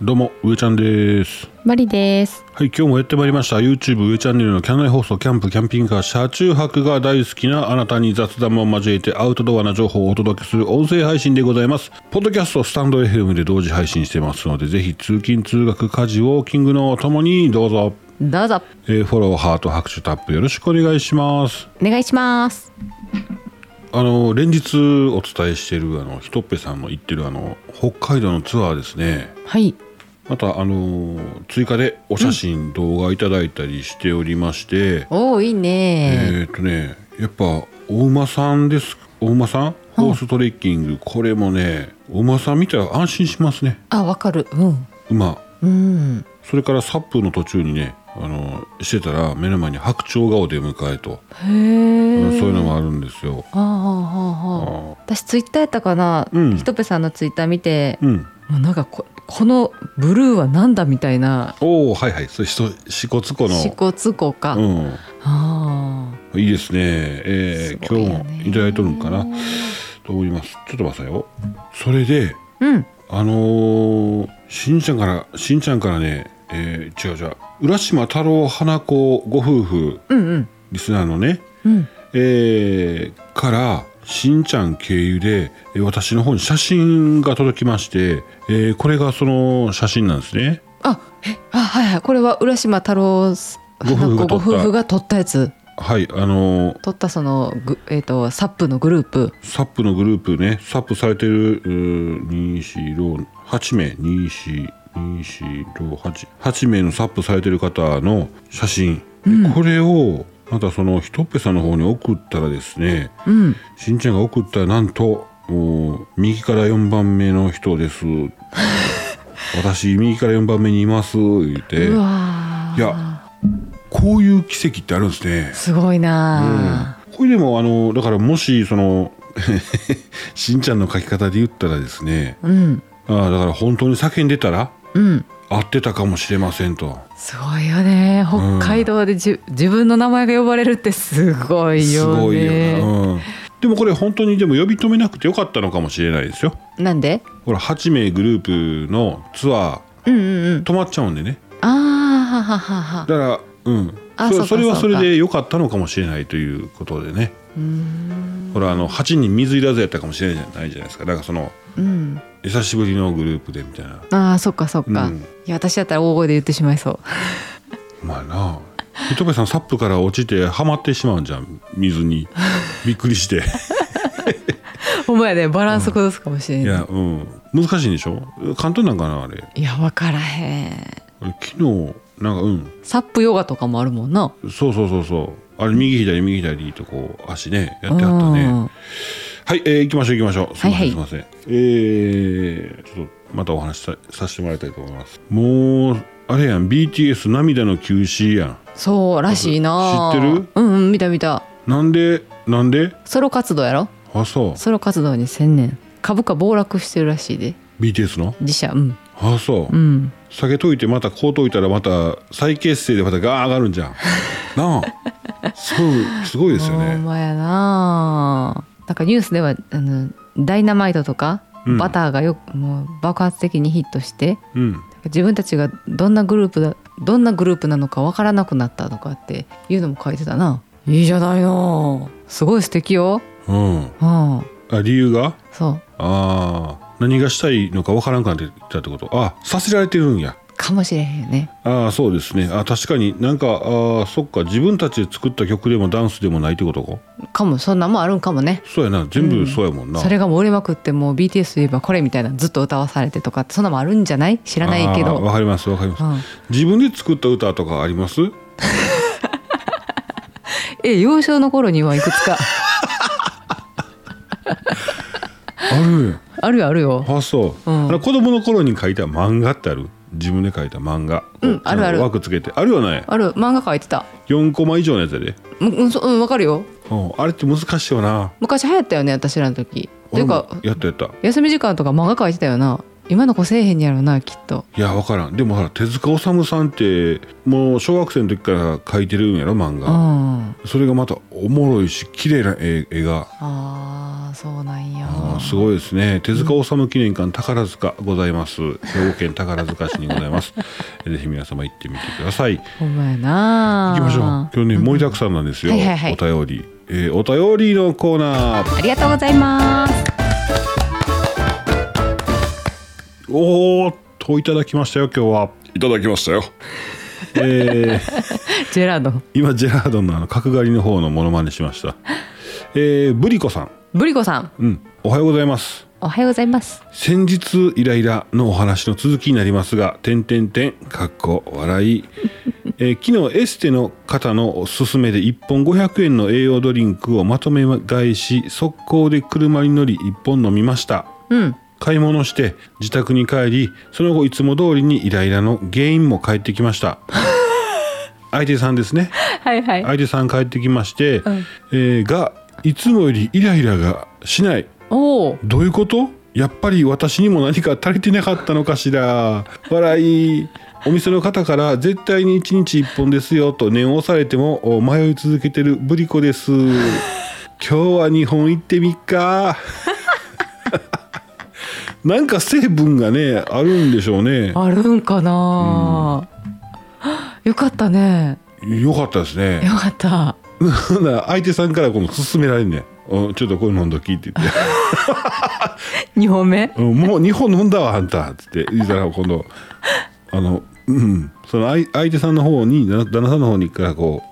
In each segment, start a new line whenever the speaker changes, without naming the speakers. どうも上ちゃんです
マリです。
はい今日もやってまいりました YouTube 上チャンネルのキャン内放送キャンプキャンピングカー車中泊が大好きなあなたに雑談も交えてアウトドアな情報をお届けする音声配信でございますポッドキャストスタンド FM で同時配信してますのでぜひ通勤通学家事ウォーキングのおともにどうぞ、
どうぞ
えーフォローハート拍手タップよろしくお願いします
お願いします。
あの連日お伝えしているあのひとっぺさんの行ってるあの北海道のツアーですね
はい。
またあのー追加でお写真、動画いただいたりしておりまして、
おおいいね、
えっ、とねやっぱお馬さんですお馬さんホーストレッキング、これもねお馬さん見たら安心しますね
あわかる。うん
馬
うん。
それからサップの途中にねあのーしてたら目の前に白鳥がお出迎えと、
へえ。
うんそういうのもあるんですよ
ああああああ。
あ
私ツイッターやったかな。
うん
ひとぺさんのツイッター見て、
ーうん
もうなんかここのブルーはなんだみたいな。
おおはいはいそれしとしこつこの
シコツコか。
うん
あ
いいですね。えー
すごいよ
今
ね
日もいただいとるんかなと思います。ちょっと待ってよ。それで、
あ。うん。
あのーしんちゃんから、しんちゃんからね、えー違う違う、浦島太郎花子ご夫婦、
うんうん
リスナーのね、
うん。
えーから、しんちゃん経由で、えー私の方に写真が届きまして、えーこれがその写真なんですね。
あえあはいはいこれは浦島太郎す
ご夫婦が撮った
ご夫婦が撮ったやつ。
はい、あのー
撮ったそのぐえっ、とサップのグループ。
サップのグループね、サップされてる、うー2、4、8名、2、4、2、4、6、8、8名のサップされてる方の写真。でこれを、またその、ひとっぺさんの方に送ったらですね、
うん。
しんちゃんが送ったらなんと、もう右から4番目の人 です。私、右から4番目にいます、言って
う。わー
いやこういう奇跡ってあるんですね。
すごいなあ、
これでもあのだからもしその しんちゃんの書き方で言ったらですね
うん
ああだから本当に叫んでたら
うん、
合ってたかもしれませんと
すごいよね北海道でじ、自分の名前が呼ばれるってすごい
す
よね
ごいよな、うん、でもこれ本当にでも呼び止めなくてよかったのかもしれないですよ
なんで
ほら8名グループのツア
うんうんう
ー
ん
止まっちゃうんでね
ああははは
だ
は
からうん
あ
そ
そうか
それは
そ
そう
か
れでよかったのかもしれないということでね
うーん
ほらあの8人水入らずやったかもしれないじゃないですかだからその
うん
久しぶりのグループでみたいな
ああそっかそっか、
うん
いや私だったら大声で言ってしま いそう
お前な糸部さんサップから落ちてはまってしまうんじゃん水にびっくりして
ほんまやねバランス崩すかもしれ
い
ない、
やうん難しいんでしょ簡単なんかなあれ
いや分からへん
あれ昨日なんかうん
サップヨガとかもあるもんな
そうそうそうそうあれ右左右左とこう足ねやってあったね
うん
はい、えー、行きましょう行きましょうすいません、
はいはい
すいませんえー、ちょっとまたお話しささせてもらいたいと思いますもうあれやん BTS 涙の休止やん
そうらしいな
知ってる
うんうん見た見た
なんでなんで
ソロ活動やろ
あそう
ソロ活動に専念株価暴落してるらしいで
BTS の
自社うん
あそう
うん
下げといてまたこうといたらまた再結成でまたガー上がるんじゃ んなあすごいすごいですよ
ほん
ね
まやななんかニュースではあのダイナマイトとか、
うん
バターがよくもう爆発的にヒットして
うん
自分たちがどんなグループだどんなグループなのかわからなくなったとかっていうのも書いてたないいじゃないのすごい素敵よ
うん
うん
あ理由が
そう
ああ何がしたいのかわからんくなってきたってことあさせられてるんや
かもしれへんよね
ああそうですねあ確かになんかあーそっか自分たちで作った曲でもダンスでもないってことか
かもそんなもんあるんかもね
そうやな全部そうやもんな、
それがもう売れまくってもう BTS といえばこれみたいなずっと歌わされてとかってそんなもんあるんじゃない知らないけ
あーわ
ど、
かりますわかります、
うん、
自分で作った歌とかあります
え幼少の頃にはいくつか
あるやん
あるよあるよ
あそう、
うん
あの子供の頃に書いた漫画ってある自分で書いた漫画
うん
こ
あるある
枠つけてあるよね
ある漫画描いてた
4コマ以上のやつやで、
うんうんそうんわかるよ
うん、あれって難しいよな
昔流行ったよね私らの時というか
俺もやったやった
休み時間とか漫画描いてたよな今の子せえへんやろなきっと
いや分からんでもほら手塚治虫さんってもう小学生の時から描いてるんやろ漫
う
画
ん
それがまたおもろいし綺麗な絵絵が
あーそうなんや
あーすごいですね手塚治虫記念館宝塚ございます兵庫県宝塚市にございます ぜひ皆様行ってみてください
ほんまやな
行きましょう今日ね盛りだくさんなんですよ、
はいはいはい
お便り、えーお便りのコーナー
ありがとうございます
おーっといただきましたよ今日はいただきましたよえー
ジェラード
今ジェラードンのあの角刈りの方のモノマネしましたえー、ブリコさん
ブリコさん
うんおはようございます
おはようございます
先日イライラのお話の続きになりますが点点点かっこ笑い、 えー昨日エステの方のおすすめで1本500円の栄養ドリンクをまとめ買いし速攻で車に乗り1本飲みました
うん
買い物して自宅に帰りその後いつも通りにイライラの原因も帰ってきました 相手さんですね
はいはい
相手さん帰ってきまして、
ん
えーがいつもよりイライラがしない
おお
どういうことやっぱり私にも何か足りてなかったのかしら笑いお店の方から絶対に1日1本ですよと念を押されてもお迷い続けてるブリコです今日は2本行ってみっかなんか成分がねあるんでしょうね
あるんかな、よかったね
よかったですね
よかった
ほんなら相手さんからこの勧められんねんおちょっとこれ飲んどきって言って
2本目
うんもう2本飲んだわあんた」っつって言ったら今 度あのうんその相相手さんの方に旦旦那さんの方にからこ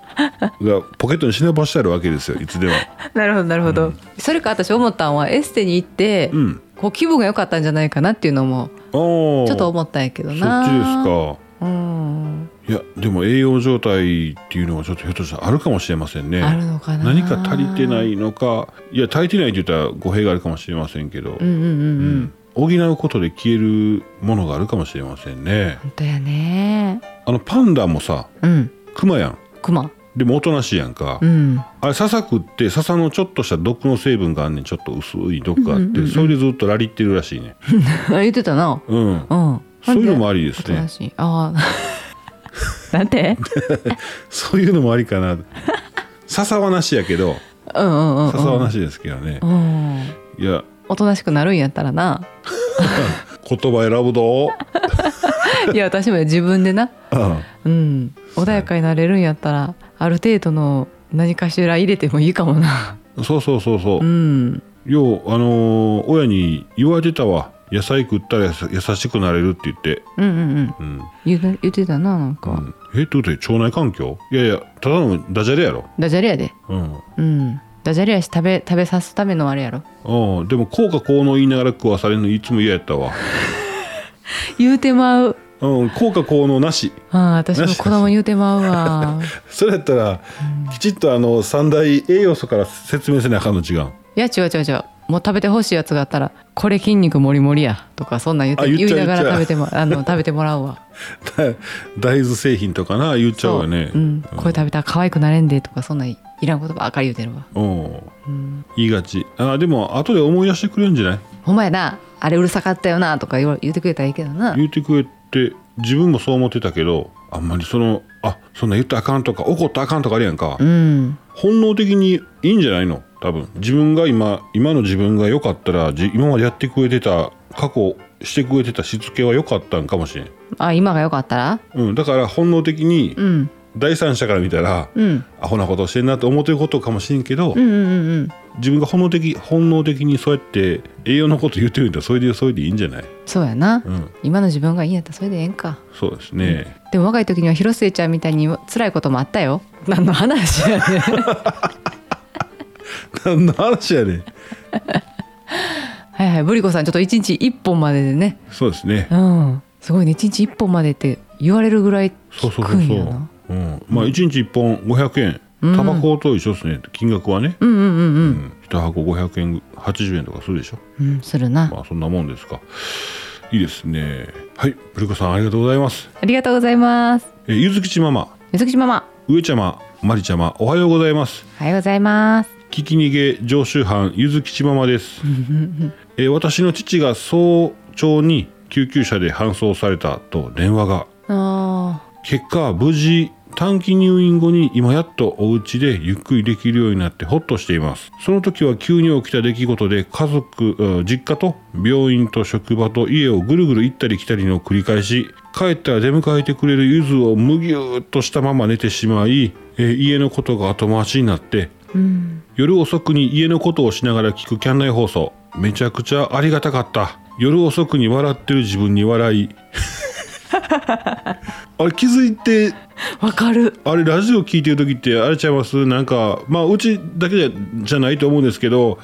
うがポケットに忍ばしてあるわけですよいつでも
なるほどなるほど、それか私思ったんはエステに行って、
うん
こう気分が良かったんじゃないかなっていうのも
おー
ちょっと思ったんやけど
そっ
な
ちですか
うん
いやでも栄養状態っていうのはちょっとひょっとしたらあるかもしれませんね
あるのかな
何か足りてないのかいや足りてないって言ったら語弊があるかもしれませんけど、
うんうんうんう
うんん補うことで消えるものがあるかもしれませんね
本当やね
あのパンダもさ
うん
クマやん
クマ
でもおとなしいやんか、
うん
あれ笹くって笹のちょっとした毒の成分があんねんちょっと薄い毒があって、
うんうんうんうん
それでずっとラリってるらしいね
言ってたな
うん
うん
そういうのも
あ
ありですね
しいあ あなんて
そういうのもありか な笹はなしやけど
うんうんうんうん
笹はなしですけどね
う、ん
いや
おとなしくなるんやったら な
言葉選ぶど
いや私も自分でな
うん
うん穏やかになれるんやったらある程度の何かしら入れてもいいかもな
そうそうそうそう
う、ん
ようあのー親に言われてたわ野菜食ったらやさ優しくなれるって言って、
うんうんうん
うん
言うな言ってたななんか、
うんえどうだい腸内環境いやいやただのダジャレやろ
ダジャレやで
うん
うんダジャレやし食べ食べさすためのあれやろ
うんでもこうかこうの言いながら食わされるのいつも嫌やったわ
言うてまう
うん、効果効能なし。
ああ私も子供言うてまうわ
それやったら、きちっとあの三大栄養素から説明せなあかん の違う。
いや違う違う違うもう食べてほしいやつがあったら「これ筋肉もりもりや」とかそんなん言って
あ言っちゃう
言いな
言っ
がら
ちゃ
食
う
べてもあの食べてもらうわ
大豆製品とかな言っちゃうよね。
そうん、これ食べたら可愛くなれんでとかそんなんいらんことばっかり言うてる わ
うん言いがち。あでも後で思い出してくれるんじゃない？
ほんまやなあれうるさかったよなとか言わ言うてくれたらいいけどな
言ってくれて自分もそう思ってたけど、あんまりそのあそんな言ったらあかんとか怒ったらあかんとかあるやんか。
うん
本能的にいいんじゃないの？多分自分が今今の自分が良かったらじ今までやってくれてた過去してくれてたしつけは良かったんかもしれん。
あ今がよかったら
うん、だから本能的に
うん
第三者から見たら、
うん
アホなことしてんなと思ってることかもしれんけど、
うんうんうんうん
自分が本能的本能的にそうやって栄養のこと言ってるんだったらそれでそれでいいんじゃない、
そうやな、
うん、
今の自分がいいんやったらそれでええんか
そうですね、
でも若い時には広末ちゃんみたいに辛いこともあったよ 何の話やねん
何の話やねん
はいはいブリコさんちょっと一日一本まででね
そうですね、
うんすごいね一日一本までって言われるぐらい
そうそ
効
うそ
く
うそ
ん
う
やな、
うん、まあ1日1本500円
うん
タバコと一緒ですね金額はね、
うんうんうんう
うんん、1箱500円80円とかするでしょ
うん、するな、
まあそんなもんですかいいですねはいブリコさんありがとうございます
ありがとうございます
えゆずきちママ
水口ママ
上ちゃままりちゃまおはようございます
おはようございます
聞き逃げ 常習犯ゆずきちママですえー私の父が早朝に救急車で搬送されたと電話が
あ
結果無事短期入院後に今やっとお家でゆっくりできるようになってほっとしていますその時は急に起きた出来事で家族うん実家と病院と職場と家をぐるぐる行ったり来たりの繰り返し帰ったら出迎えてくれるゆずをむぎゅーっとしたまま寝てしまい、えー家のことが後回しになって
ーうん
夜遅くに家のことをしながら聞くキャン内放送めちゃくちゃありがたかった夜遅くに笑ってる自分に笑いあれ気づいて
わかる
あれラジオ聞いてる時ってあれちゃいますなんかまあうちだけじゃじゃないと思うんですけど、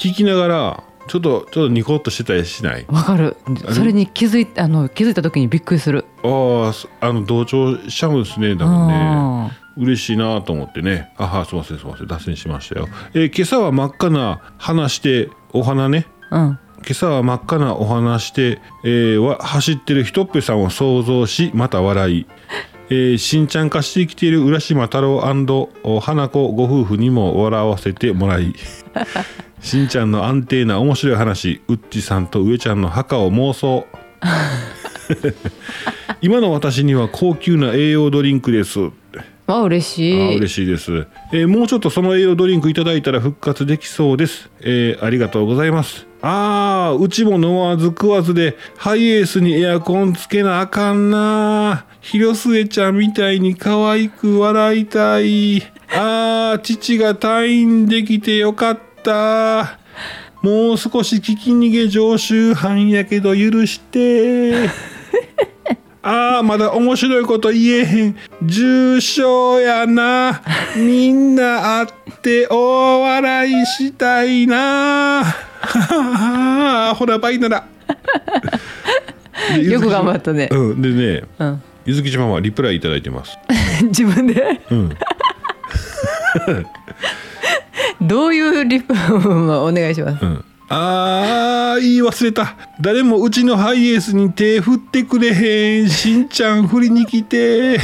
聞きながらちょっとちょっとニコッとしてたりしない
わかるそれに気づいあの気づいた時にびっくりする
ああそあの同調しちゃうんですねだもんね嬉しいなと思ってねあはすいませんすいません脱線しましたよ、えー今朝は真っ赤な花してお花ね
うんうん
今朝は真っ赤なお話して、えーわ走ってるひとっぺさんを想像しまた笑い、えー、しんちゃん化してきている浦島太郎お花子ご夫婦にも笑わせてもらいしんちゃんの安定な面白い話うっちさんと上ちゃんの墓を妄想今の私には高級な栄養ドリンクです
わ嬉しい
あー嬉しいです、えーもうちょっとその栄養ドリンクいただいたら復活できそうです、えーありがとうございますあーうちも飲まず食わずでハイエースにエアコンつけなあかんな広末ちゃんみたいに可愛く笑いたいあー父が退院できてよかったもう少し聞き逃げ常習犯やけど許してああまだ面白いこと言えへん重症やなみんな会って大笑いしたいなは ははほらバイなら
よく頑張ったね
うんでね
うん、
ゆずきちママはリプライいただいてます
自分で、 どういうリプお願いします
うんあー言い忘れた誰もうちのハイエースに手振ってくれへんしんちゃん振りに来て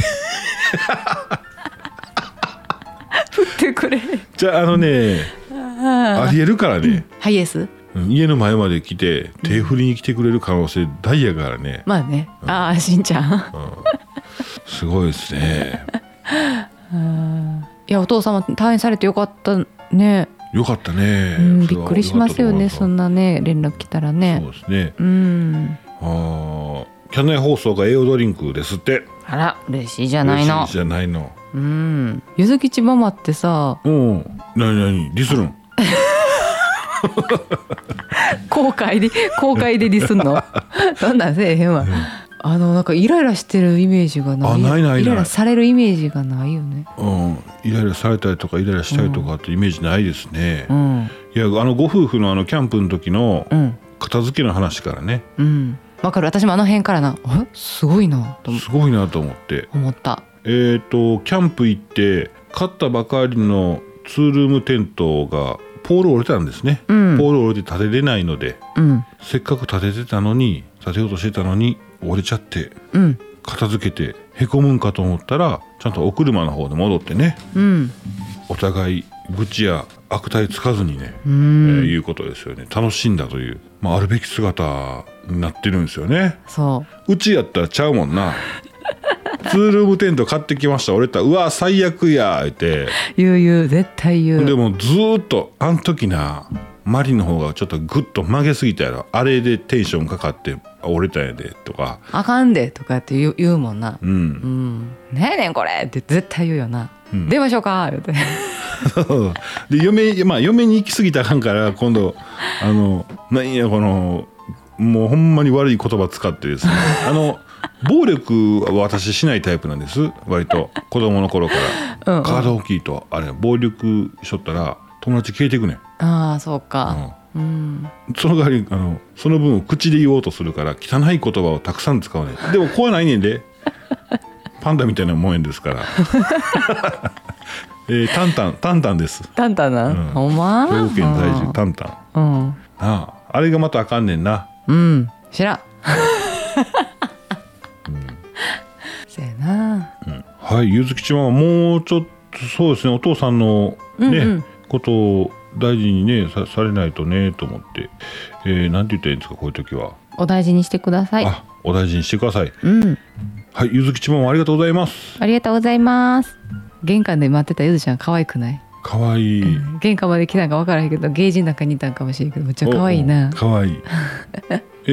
振ってくれ
じゃああのねありえるからね
ハイエース
うん家の前まで来て手振りに来てくれる可能性大やからね、
まあねああしんちゃん
すごいですね
いやお父様退院されてよかったね、
よかったね、
うん、
それ
びっ
は
くりしますよね
良かったと
そ
思い
んなね連絡来たら
ま
ね
すそうですね
うん
ああキャン内放送が栄養ドリンクですって
あら嬉しいじゃないの
嬉しいじゃないの
うんゆずきちママってさ
うんなになにディスるん
公開で公開でディス んのそんなんせえへんわ、あのなんかイライラしてるイメージがない
あないないない
イライラされるイメージがないよね
うんイライラされたりとかイライラしたりとかってイメージないですね、
うん
いやあのご夫婦のあのキャンプの時の
うん
片付けの話からね
うんわかる私もあの辺からなえすごいなと
すごいなと思って
思った
えー、とキャンプ行って買ったばかりのツールームテントがポール折れたんですね、
うん
ポール折れて立てれないので
うん
せっかく立ててたのに立てようとしてたのに折れちゃって
うん
片付けてへこむんかと思ったらちゃんとお車の方で戻ってね
うん
お互い愚痴や悪態つかずにね、
う
え
ん、
ーいうことですよね楽しんだという、まあ、あるべき姿になってるんですよね
そう
ちやったらちゃうもんなツールームテント買ってきました俺やったらうわ最悪や言って
う言う言う絶対言
で
う
もずーっとあの時なマリの方がちょっとグッと曲げすぎたやろあれでテンションかかってあ折れたんやでとか
あかんでとかって言う言うもんな
う
うんんねえねんこれって絶対言うよな、出ましょうか言うて
で嫁,、まあ、嫁に行き過ぎたらあかんから今度あのなんやこのもうほんまに悪い言葉使ってですねあの暴力は私しないタイプなんです割と子供の頃から
うんうん
体大きいとあれ暴力しとったら友達消えていくねん、
ああそう
う
か
ん
うん
その代わりあのその分を口で言おうとするから汚い言葉をたくさん使うねでも怖ないねんでパンダみたいなもんやんですから、 えー、タンタンタンタンです
タンタンな、
うん
ほんま
兵庫県在住タンタンな
うん
ああれがまたあかんねんな
うん知らん、せやな
はいゆずきちママもうちょっとそうですねお父さんのね、
うんうん
ことを大事にねさされないとねと思って、えー、なんて言ったらいいんですかこういう時は、
お大事にしてください
あお大事にしてください
うん
はいゆずきちもありがとうございます
ありがとうございます玄関で待ってたゆずちゃん可愛くない
かわいい、
玄関まで来たんか分からへんけどゲージの中にいたんかもしれんけどめっちゃ可愛い
お
な
おかわい いえ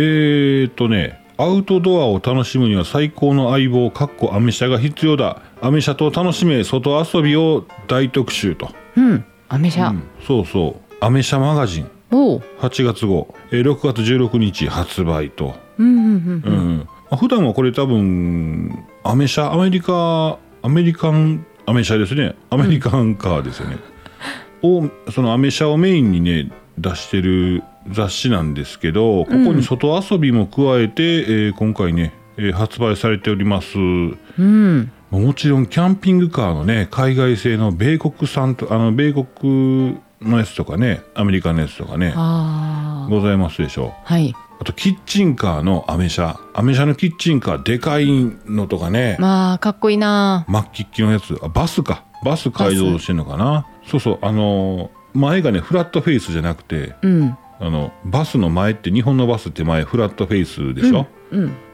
ーっとねアウトドアを楽しむには最高の相棒かっこアメ車が必要だアメ車と楽しめ外遊びを大特集と、
うんアメ車、
うんそうそうアメ車マガジン
おう
8月号、えー6月16日発売と、
うんうん
うんまあ普段はこれ多分アメ車アメリカアメリカンアメ車ですねアメリカンカーですよね、をそのアメ車をメインにね出してる雑誌なんですけどここに外遊びも加えて、えー今回ね、えー発売されております
うんうん
もちろんキャンピングカーのね海外製の米国産とあの米国のやつとかねアメリカのやつとかね
あー
ございますでしょう
はい
あとキッチンカーのアメ車アメ車のキッチンカーでかいのとかね、
まあかっこいいな
マッキッキのやつあバスかバス改造してんのかなそうそうあのー前がねフラットフェイスじゃなくて
うん
あのバスの前って日本のバスって前フラットフェイスでしょ、
うん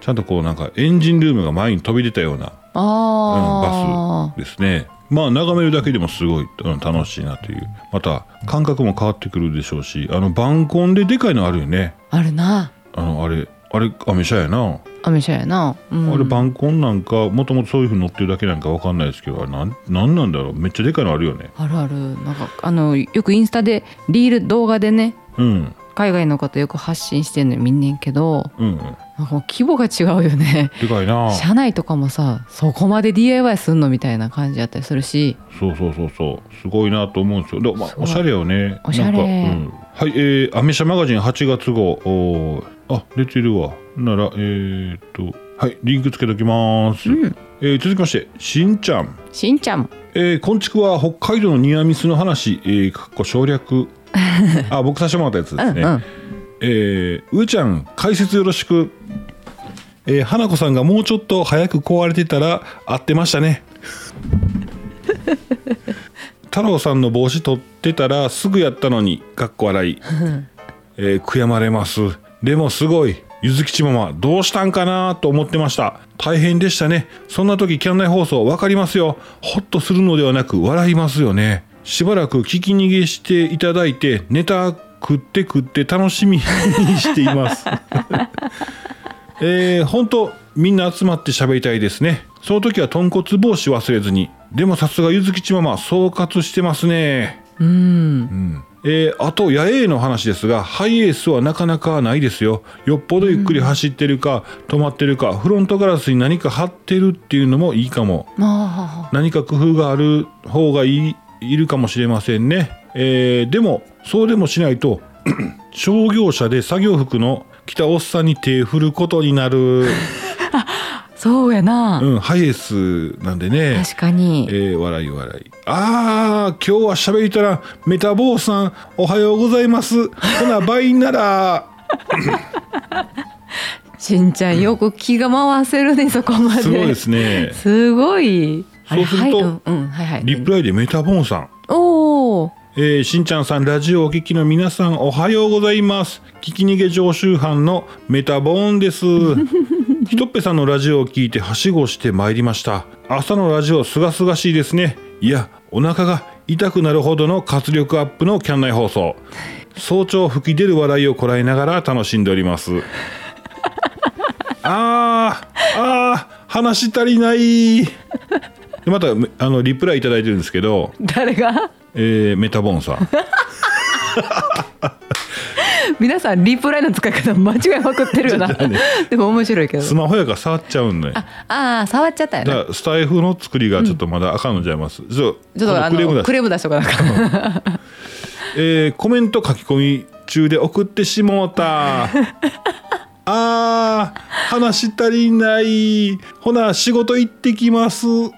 ちゃんとこうなんかエンジンルームが前に飛び出たような、うん
あ
バスですねまあ眺めるだけでもすごい、うん、楽しいなというまた感覚も変わってくるでしょうしあのバンコンででかいのあるよね
ああるな
あのあれあれアメ車やな
アメ車やな、うん、
あれバンコンなんかもともとそういうふうに乗ってるだけなんかわかんないですけどあれなんなんなんだろうめっちゃでかいのあるよね
あるあるなんかあのよくインスタでリール動画でね
うん
海外の方よく発信してんのよ見んねんけど
うん
なんかもう規模が違うよね
でかいな
車内とかもさそこまで DIY すんのみたいな感じだったりするし
そうそうそうそうすごいなと思うんですよでも、まあ、
そう
おしゃれよね
おしゃれ
なんか、うん、はいえー「アメ車マガジン」8月号おーあ出てるわならえー、っとはいリンクつけときます、えー続きましてしんちゃん
しんちゃん
えー、昆虫は北海道のニアミスの話、えー、かっこ省 略あ僕させてもらったやつですね、
うんうん
えー、うーちゃん解説よろしく、えー、花子さんがもうちょっと早く壊れてたら合ってました ね太郎さんの帽子取ってたらすぐやったのにかっこ笑い、えー悔やまれますでもすごいゆずきちママどうしたんかなと思ってました大変でしたねそんな時キャン内放送わかりますよホッとするのではなく笑いますよねしばらく聞き逃げしていただいてネタ食って食って楽しみにしています えー、本当みんな集まって喋りたいですねその時は豚骨帽子忘れずにでもさすがゆずきちママ総括してますねうん、えーあと野営の話ですがハイエースはなかなかないですよよっぽどゆっくり走ってるか、止まってるかフロントガラスに何か貼ってるっていうのもいいかも
まあ
何か工夫がある方がいいいるかもしれませんね、えーでもそうでもしないと 商業者で作業服の着たおっさんに手振ることになる、
そうやな、
うん、ハイエースなんでね
確かに、
えー笑い笑いああ今日は喋りたらメタボーさんおはようございますほな倍な ら
しんちゃんよく気が回せるねそこまです
ごい ですね
すごいあれ
そうすると
はいうんうんはいはい
リプライでメタボーンさん
おお
えーしんちゃんさんラジオをお聞きの皆さんおはようございます聞き逃げ常習犯のメタボーンですひとっぺさんのラジオを聞いてはしごしてまいりました朝のラジオすがすがしいですねいやお腹が痛くなるほどの活力アップのキャン内放送早朝吹き出る笑いをこらえながら楽しんでおりますあーあー話足りないでまたあのリプライいただいてるんですけど
誰が
えーメタボーンさん
皆さんリプライの使い方間違いまくってる よなでも面白いけど
スマホやから触っちゃうんねだか
ああ触っちゃったよね
らスタイフの作りがちょっとまだあかんのちゃいます、ちょっ
ちょっとあ
クレーム
の
だ
クレーム出しとかなん かん
えーコメント書き込み中で送ってしもう たあー話足りないほな仕事行ってきますいうこ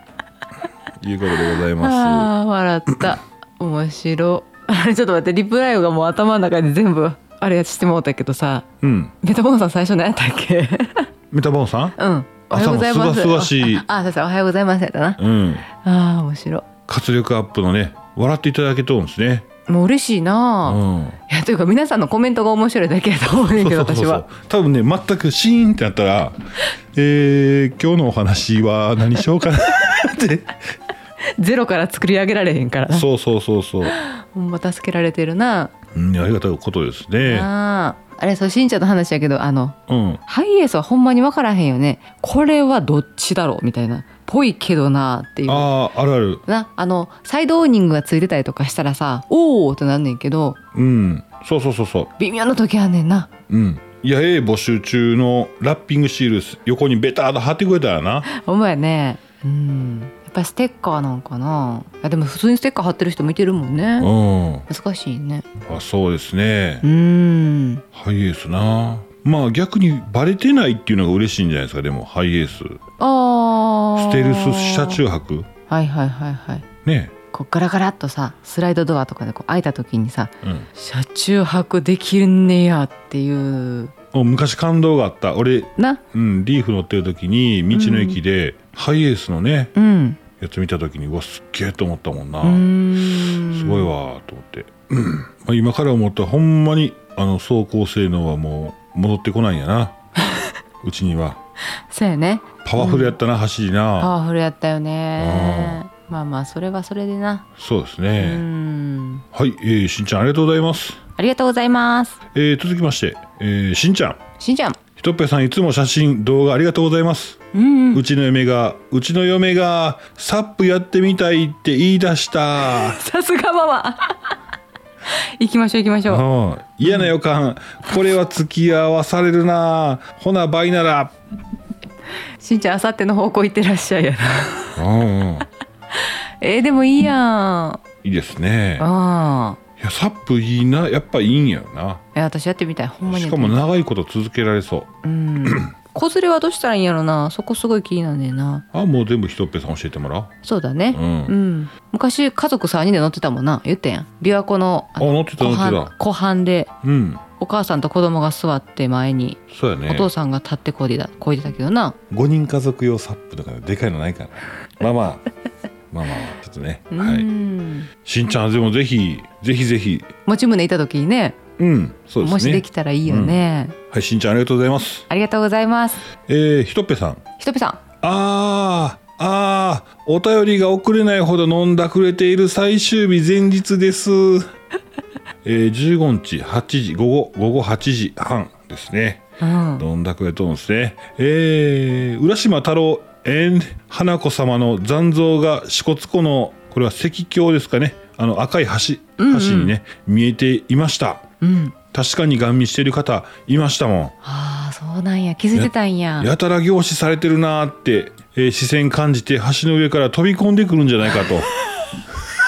とでございま
ああ笑った面白 あれちょっと待ってリプライがもう頭の中に全部あれしてもうたけどさ
すうん
メタボーンさん最初何やったっけ
メタボーンさん
うんおはようござい
朝
ま
も
す
すがすがしい
ああそうそうおはようございますやったな
うん
ああ面白
活力アップのね笑っていただけとるんですね
もう嬉しいなあ、
うん
いやというか皆さんのコメントが面白いだけだと思うねんけど私は
多分ね全くシーンってなったら「えー、今日のお話は何しようかな」 って
ゼロから作り上げられへんからな
そうそうそうそう、
ほんま助けられてるな
うん、ありがたいことです
あ、
ね
あああれそうしんちゃんの話やけどあの
うん
ハイエースはほんまに分からへんよねこれはどっちだろうみたいなぽいけどなっていう
あああるある
なあのサイドオーニングがついてたりとかしたらさおおってなんねんけど
うんそうそうそうそう
微妙な時あんねんな
うん野営募集中のラッピングシールす横にベターと貼ってくれたらな
ほんまやねうんやっぱステッカーなんかないやでも普通にステッカー貼ってる人もいてるもんね
うん
難しいね
あそうですね
うん
ハイエースなまあ逆にバレてないっていうのが嬉しいんじゃないですかでもハイエース
あー
ステルス車中泊
はいはいはいはい
ね
こうガラガラっとさスライドドアとかでこう開いた時にさ
うん
車中泊できんねやっていう
お昔感動があった俺、
な
うん、リーフ乗ってる時に道の駅で、ハイエースのね
うん
やつ見た時にうわすっげえと思ったもんな、
うーん
すごいわーと思って、うんまあ、今から思ったらほんまにあの走行性能はもう戻ってこないんや なうちには
そうやね
パワフルやったな、走り
パ
な
ワフルやったよねまあまあそれはそれでな
そうです
う
ね、
ん
はい、えーしんちゃんありがとうございます、
ありがとうございます
えー続きまして、えーしんちゃん
しんちゃん
ひとっぺさんいつも写真動画ありがとうございます
うん
うちの嫁が、うちの嫁が、サップやってみたいって言い出した。
さすがママ 行きましょう行きましょう
うん嫌な予感、これは付き合わされるな。ほな、倍なら。
しんちゃんあさっての方向行ってらっしゃいやな
うんうん
えー、でもいいやん
いいですね。
あ
いや、サップいいな、やっぱいいんやよ
あ私やってみたいほん
な。
まに
しかも長いこと続けられそう。
うん 子連れはどうしたらいいんやろなそこすごい気になんねんな
あ、もう全部ひとっぺさん教えてもらおう。
そうだね
うん
ん昔家族3人で乗ってたもんな言ったやん琵琶湖の
あ、
あ
乗ってた、乗っ
湖
て
畔
た。
湖畔で
うん。
お母さんと子供が座って前に
そうや
お
ね。
父さんが立ってこいでだこいでたけどな
5人家族用サップとかでかいのないからまあ まあまあまあ
ちょっとね。
う
はい。
ん
しんちゃん、でもぜひ、ぜひぜひ。
持ち胸いた時にね
うん、そうですね。
もしできたらいいよね、
はい、しんちゃん、ありがとうございます。
ありがとうございます
えー、ひとっぺさん。
ひとぺさん
あーあーお便りが遅れないほど飲んだくれている最終日前日です、 えー、15日8時午後午後8時半ですね
うん、
飲んだくれとるんですねえー、浦島太郎 and 花子様の残像が支笏湖のこれは石橋ですかねあの赤い橋橋にね、見えていました
うん、
確かにガン見してる方いましたもん
ああそうなんや気づいてたんや
やたら凝視されてるなーって、えー視線感じて橋の上から飛び込んでくるんじゃないかと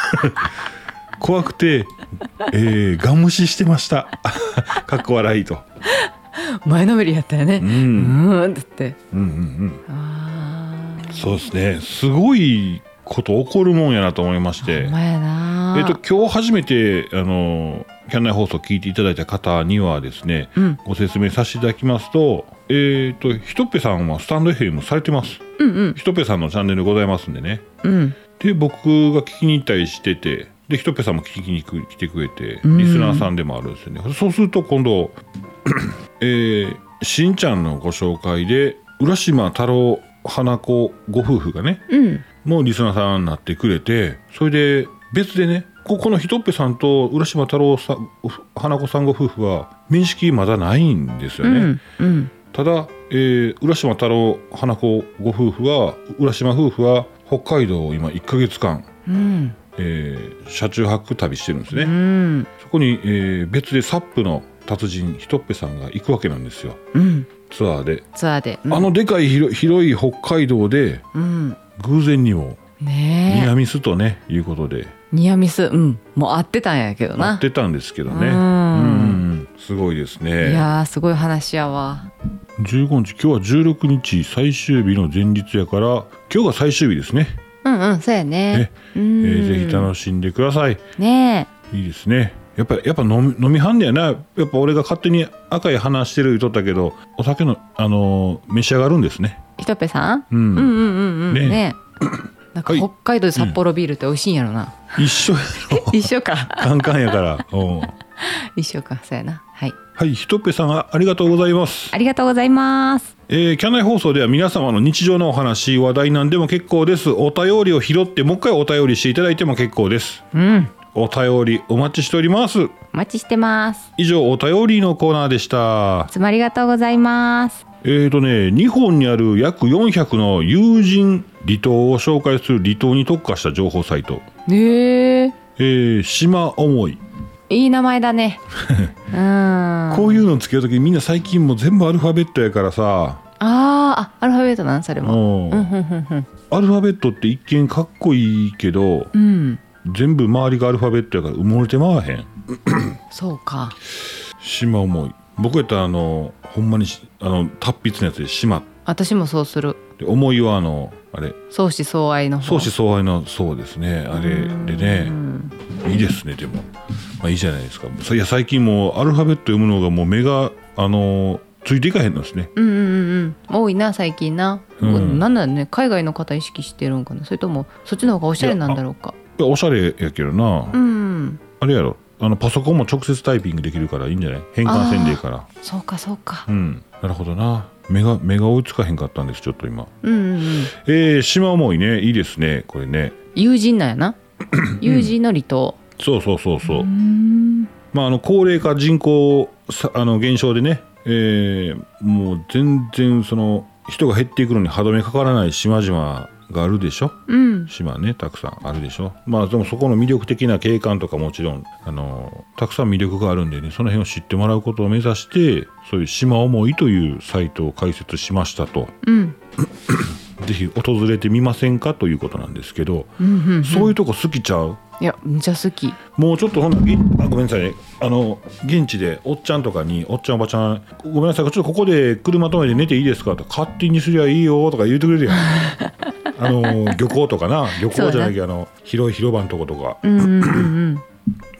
怖くて、えー、ガン無視してました かっこ笑いと、
前のめりやったよね
う、
うんんって言って
うんうんうん
ああ
そうですねすごいこと起こるもんやなと思いまし
ほ
て
んまやな
えっと今日初めてあのキャンナイ放送聞いていただいた方にはですね、
うん
ご説明させていただきますとえっ、とひとっぺさんはスタンド FM されてます
うんうん
ひとぺさんのチャンネルございますんでね
うん
で僕が聞きに行ったりしててでひとぺさんも聞きに来てくれて
うん
リスナーさんでもあるんですよね、そうすると今度 えーしんちゃんのご紹介で浦島太郎花子ご夫婦がね
うん
もうリスナーさんになってくれてそれで別でねここのひとっぺさんと浦島太郎さん花子さんご夫婦は面識まだないんです
う
よね、
んうん
ただ、えー浦島太郎花子ご夫婦は浦島夫婦は北海道を今1ヶ月間
うん
えー車中泊旅してるんですね、
うん
そこに、えー別でサップの達人ひとっぺさんが行くわけなんですよ
うん
ツアーで、
ツアーで
あのでかい広広い北海道で
うん
偶然にもニ
ねえ
アミスとね、いうことで
ニアミスうんもう合ってたんやけど
や
な
ってたんですけどね
う
うんんすごいです
い
ね
やーすごい話やわ
15日今日は16日最終日の前日やから今日が最終日ですね、
うんうんそうやね
ね
う
え
ん
ーぜひ楽しんでください
ね
いいですね。やっぱりやっぱ飲み飲みはんねやな。やっぱ俺が勝手に赤い話してる言うとったけど、お酒のあのー召し上がるんですね
え。ひとぺさん
うん。
うんうんうんうん
ねえ
ねなんか
はい
北海道で札幌ビールって美味しいんやろな、
一緒やろ
一 緒か
カンカンやからうんは
一緒かそうやなはい
いひとっぺさんありがとうございます
ありがとうございます
えー、キャンナイ放送では皆様の日常のお話話題なんでも結構ですお便りを拾ってもう一回お便りしていただいても結構です
うん
お便りお待ちしております
お待ちしてます
以上お便りのコーナーでした
いつもありがとうございます
えーとね日本にある約400の友人離島を紹介する離島に特化した情報サイト
ねえ
えー、島思い
いい名前 だねうんあー
こういうのつけるときみんな最近もう全部アルファベットやからさ
あアルファベットなんそれ
うん
もうんうんうんうん
アルファベットって一見かっこいいけど
うん
全部周りがアルファベットやから埋もれてまわへん
そうか
島思い僕やったらあのほんまにしあの達筆のやつで島
私もそうする
で思いはあのあれ
相思相愛の方
相思相愛のそうですねあれで
う
ね
ん
いいですねでも、まあ、いいじゃないですかそういや最近もうアルファベット読むのがもう目があのついていかへんのですね
うんうんうんうん多いな最近な、
うん
なんだろうね海外の方意識してるんかなそれともそっちの方がおしゃれなんだろうか
いやおしゃれやけどな、
うん
あれやろあのパソコンも直接タイピングできるからいいんじゃない変換せんでいいから
そうかそうか
うんなるほどな目が目が追いつかへんかったんですちょっと今
うんうんうん
えー、島思いねいいですねこれね
友人なんや な友人の離島
そうそうそうそう、
うん
まあ、あの高齢化人口さあの減少でね、えーもう全然その人が減っていくのに歯止めかからない島々があるでしょ
うん
島ねたくさんあるでしょまあでもそこの魅力的な景観とかもちろんあのたくさん魅力があるんでねその辺を知ってもらうことを目指してそういう島思いというサイトを開設しましたと
うん
是非訪れてみませんかということなんですけど、
うんうん
そういうとこ好きちゃう
いやめっちゃ好き
もうちょっとほんなら現あごめんなさいねあの現地でおっちゃんとかにおっちゃんおばちゃんごめんなさいちょっとここで車止めて寝ていいですかと勝手にすりゃいいよとか言うてくれるやんあの漁港とかな漁港じゃなきゃあの広い広場のとことか
うんうんうんうん
ね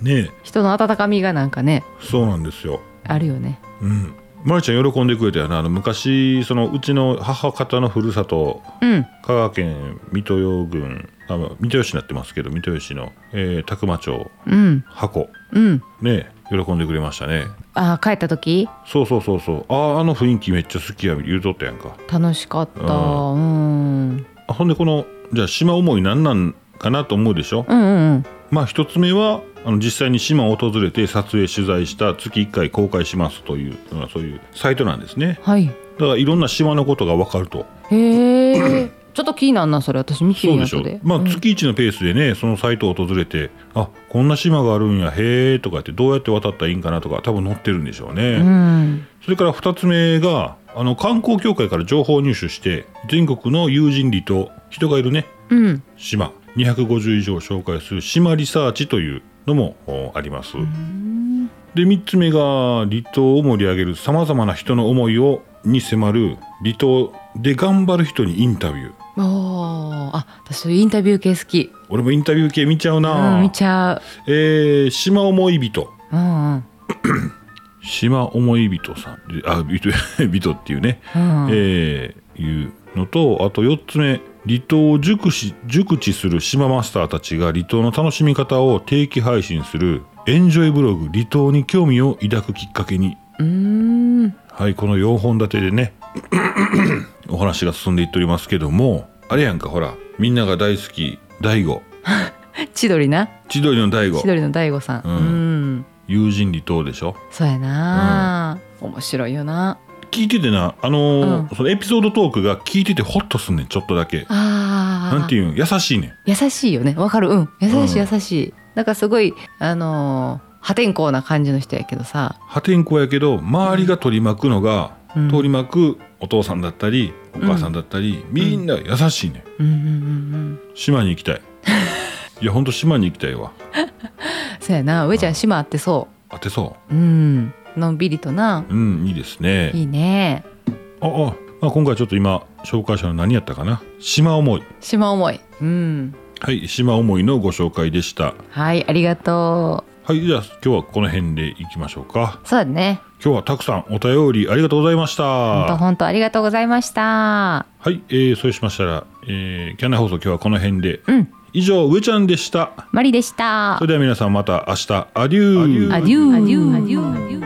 え
人の温かみがなんかね
そうなんですよ
あるよね
うんまるちゃん喜んでくれたよなあの昔そのうちの母方のふるさと
うん
香川県三豊郡あの三豊市になってますけど三豊市の、えー、宅間町
うん
箱
うん
ねえ喜んでくれましたね
あー帰った時
そうそうそうそうあああの雰囲気めっちゃ好きや言うとったやんか
楽しかった
あ
うんうん
あほんでこのじゃあ島思いなんなんかなと思うでしょ、
うんうん
まあ一つ目はあの実際に島を訪れて撮影取材した月1回公開しますというのがそういうサイトなんですね
はい
だからいろんな島のことが分かると
へ えちょっと気になんなそれ私見て
そう
みよ
で
う
しょ
とで
まあ
うん
月1のペースでねそのサイトを訪れてあこんな島があるんやへえとかってどうやって渡ったらいいんかなとか多分載ってるんでしょうね、
うん
それから2つ目があの観光協会から情報を入手して全国の友人離島人がいるね
うん
島250以上紹介する島リサーチというのもおあります。で3つ目が離島を盛り上げるさまざまな人の思いをに迫る離島で頑張る人にインタビュー
あーあ私そういうインタビュー系好き
俺もインタビュー系見ちゃうな、
うん見ちゃ
えー島思い人
ううんうん
島思い人さんであ人 人っていうね
うん
えーいうのとあと4つ目離島を熟し熟知する島マスターたちが離島の楽しみ方を定期配信するエンジョイブログ離島に興味を抱くきっかけに
うーん
はいこの4本立てで ねお話が進んでいっておりますけどもあれやんかほらみんなが大好き大悟
千鳥な
千鳥の大
千
悟
鳥の大悟さん
うん
うん
友人離島でしょ
そうやな面白いよな
聞いててなあのー
う
そのエピソードトークが聞いててホッとすんねんちょっとだけ
あー
なんていうん優しいねん
優しいよねわかるうん優しい
うん
優しいなんかすごいあのー破天荒な感じの人やけどさ
破天荒やけど周りが取り巻くのが、
うん
取り巻くお父さんだったりお母さんだったり、みんな優しいね
うんうんうんうん
島に行き たいいやほんと島に行きたいわ
そうやな上ちゃん島あってそ
当てそう
うんのんびりとな
ううんいいですね
いいね
ああ、まあ、今回ちょっと今紹介したの何やったかな島思い
島思いうん
はい島思いのご紹介でした
はいありがとう
はいじゃあ今日はこの辺でいきましょうか
そうだね
今日はたくさんお便りありがとうございました
本当
は
本当ありがとうございました
い、えー、そうしましたら、えー、キャンナイ放送今日はこの辺で、
うん
以上上ちゃんでした
マリでした
それでは皆さんまた明日アデュー
アデューアデューアデュー